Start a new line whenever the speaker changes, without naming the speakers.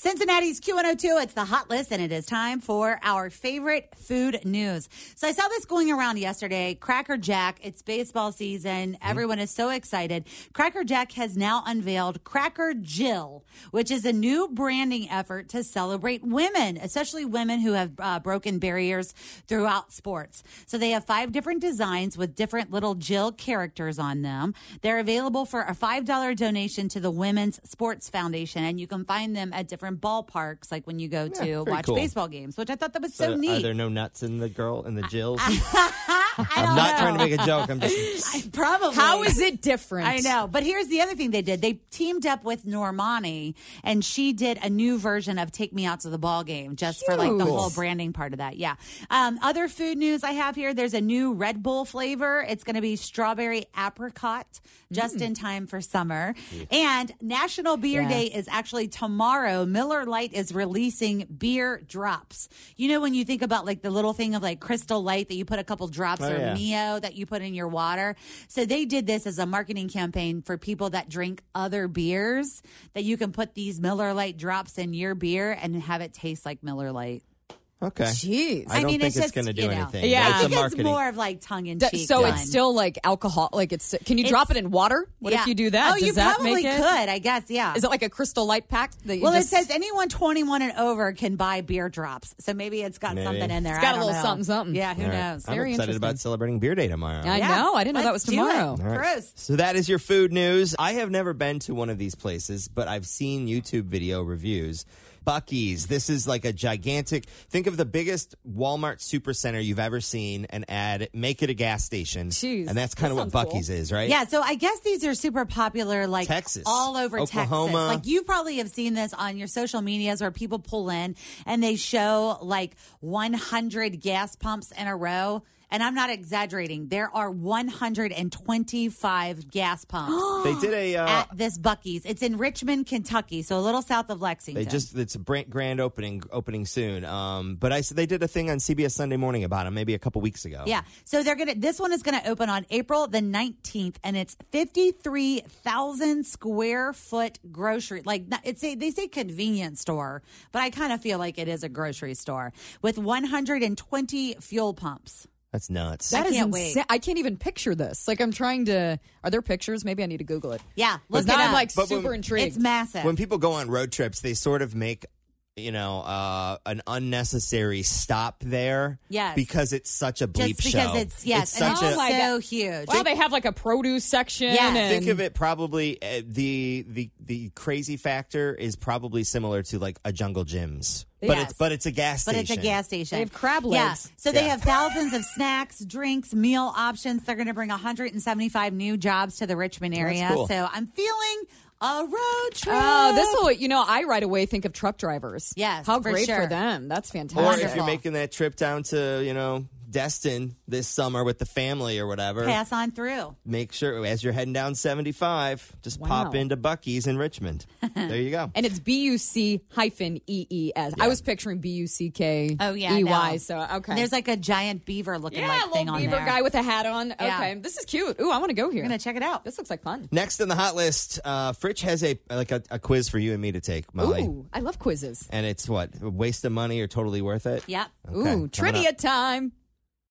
Cincinnati's Q102. It's the hot list, and it is time for our favorite food news. So I saw this going around yesterday. Cracker Jack, it's baseball season. Everyone is so excited. Cracker Jack has now unveiled Cracker Jill, which is a new branding effort to celebrate women, especially women who have uh, broken barriers throughout sports. So they have five different designs with different little Jill characters on them. They're available for a $5 donation to the Women's Sports Foundation, and you can find them at different ballparks, like when you go to
pretty
watch
cool.
baseball games, which I thought that was so
are,
neat.
Are there no nuts in the girl in the Jills?
I
I'm
don't
not
know.
trying to make a joke. I'm just.
Probably.
How is it different?
I know. But here's the other thing they did. They teamed up with Normani and she did a new version of Take Me Out to the Ball Game just for like the
Cute.
whole branding part of that. Yeah. Um, other food news I have here there's a new Red Bull flavor. It's going to be strawberry apricot just
Mm.
in time for summer. And National Beer Day is actually tomorrow. Miller Lite is releasing beer drops. You know, when you think about like the little thing of like Crystal Light that you put a couple drops
Oh,
or
yeah.
Neo that you put in your water. So they did this as a marketing campaign for people that drink other beers that you can put these Miller Lite drops in your beer and have it taste like Miller Lite.
Okay.
Jeez.
I don't
mean,
think
it's
it's,
just,
going to do
you know.
anything.
Yeah.
It's
I
a
think
marketing.
it's more of like tongue in
D-
cheek.
so it's still like alcohol. Like it's. Can you drop it in water? What if you do that?
Oh,
Does
you
that
probably
make it-
could, I guess. Yeah.
Is it like a crystal light pack? That you
well,
just-
it says anyone 21 and over can buy beer drops. So maybe it's got
Maybe.
something in there.
It's got
I
a
don't
little
know.
something, something.
Yeah, who
All right.
knows?
I'm
Very
excited
interesting.
about celebrating beer day tomorrow.
I
Yeah.
know. I didn't know that was
Let's do it.
tomorrow.
All right.
Gross.
So that is your food news. I have never been to one of these places, but I've seen YouTube video reviews. Bucky's. This is like a gigantic. Think of the biggest Walmart supercenter you've ever seen, and add "Make it a gas station,"
Jeez,
and that's kind of
that
what
sounds
Bucky's is, right?
Yeah, so I guess these are super popular, like
Texas,
all over
Oklahoma.
Texas. Like you probably have seen this on your social medias where people pull in and they show like 100 gas pumps in a row. And I'm not exaggerating. There are 125 gas pumps
They did a. Uh,
at this Bucky's. It's in Richmond, Kentucky, so a little south of Lexington.
They just it's a brand, grand opening opening soon. Um, but I s- they did a thing on CBS Sunday Morning about him maybe a couple weeks ago.
Yeah. So they're going to, this one is going to open on April the 19th and it's 53,000 square foot grocery. Like not- it's a, they say convenience store, but I kind of feel like it is a grocery store with 120 fuel pumps.
that's nuts.
That is
can't wait.
insa- I can't even picture this. Like I'm trying to. Are there pictures? Maybe I need to Google it.
Yeah.
Because
Look
now
it
I'm
up.
like
But when-
super intrigued.
it's massive.
when people go on road trips, they sort of make you know uh, an unnecessary stop there.
Yes.
because it's such a bleep
just because
show.
it's, yes. and oh
such
it's
a.
Oh my
so
God.
huge.
wow, they have like a produce section.
Yeah.
and-
Think of it probably uh, the the the crazy factor is probably similar to like a jungle gyms, but
Yes.
it's but it's a gas
But
station.
it's a gas station.
They have crab legs.
Yeah. So they
Yeah.
have thousands of snacks, drinks, meal options. They're going to bring 175 new jobs to the Richmond area.
cool.
So I'm feeling a road trip.
Oh, this will. You know, I right away think of truck drivers.
Yes,
How
for
great
sure.
for them. That's fantastic.
Or if
Wonderful.
you're making that trip down to you know Destin this summer with the family or whatever,
pass on through.
make sure as you're heading down 75, just pop
Wow.
into Bucky's in Richmond. there you go.
And it's B U C hyphen E E S. I was picturing B U C K
Oh yeah,
E
no.
Y. So okay,
There's like a giant beaver looking
yeah,
like
little
thing on
beaver
there.
guy with a hat on. Okay, this is cute. Ooh, I want to go here.
I'm gonna check it out.
This looks like fun.
Next in the hot list, uh, Fritch has a like a, a quiz for you and me to take, Molly.
Ooh, I love quizzes.
And it's what? A waste of money or totally worth it?
Yep.
Okay,
Ooh,
coming
trivia
up.
time.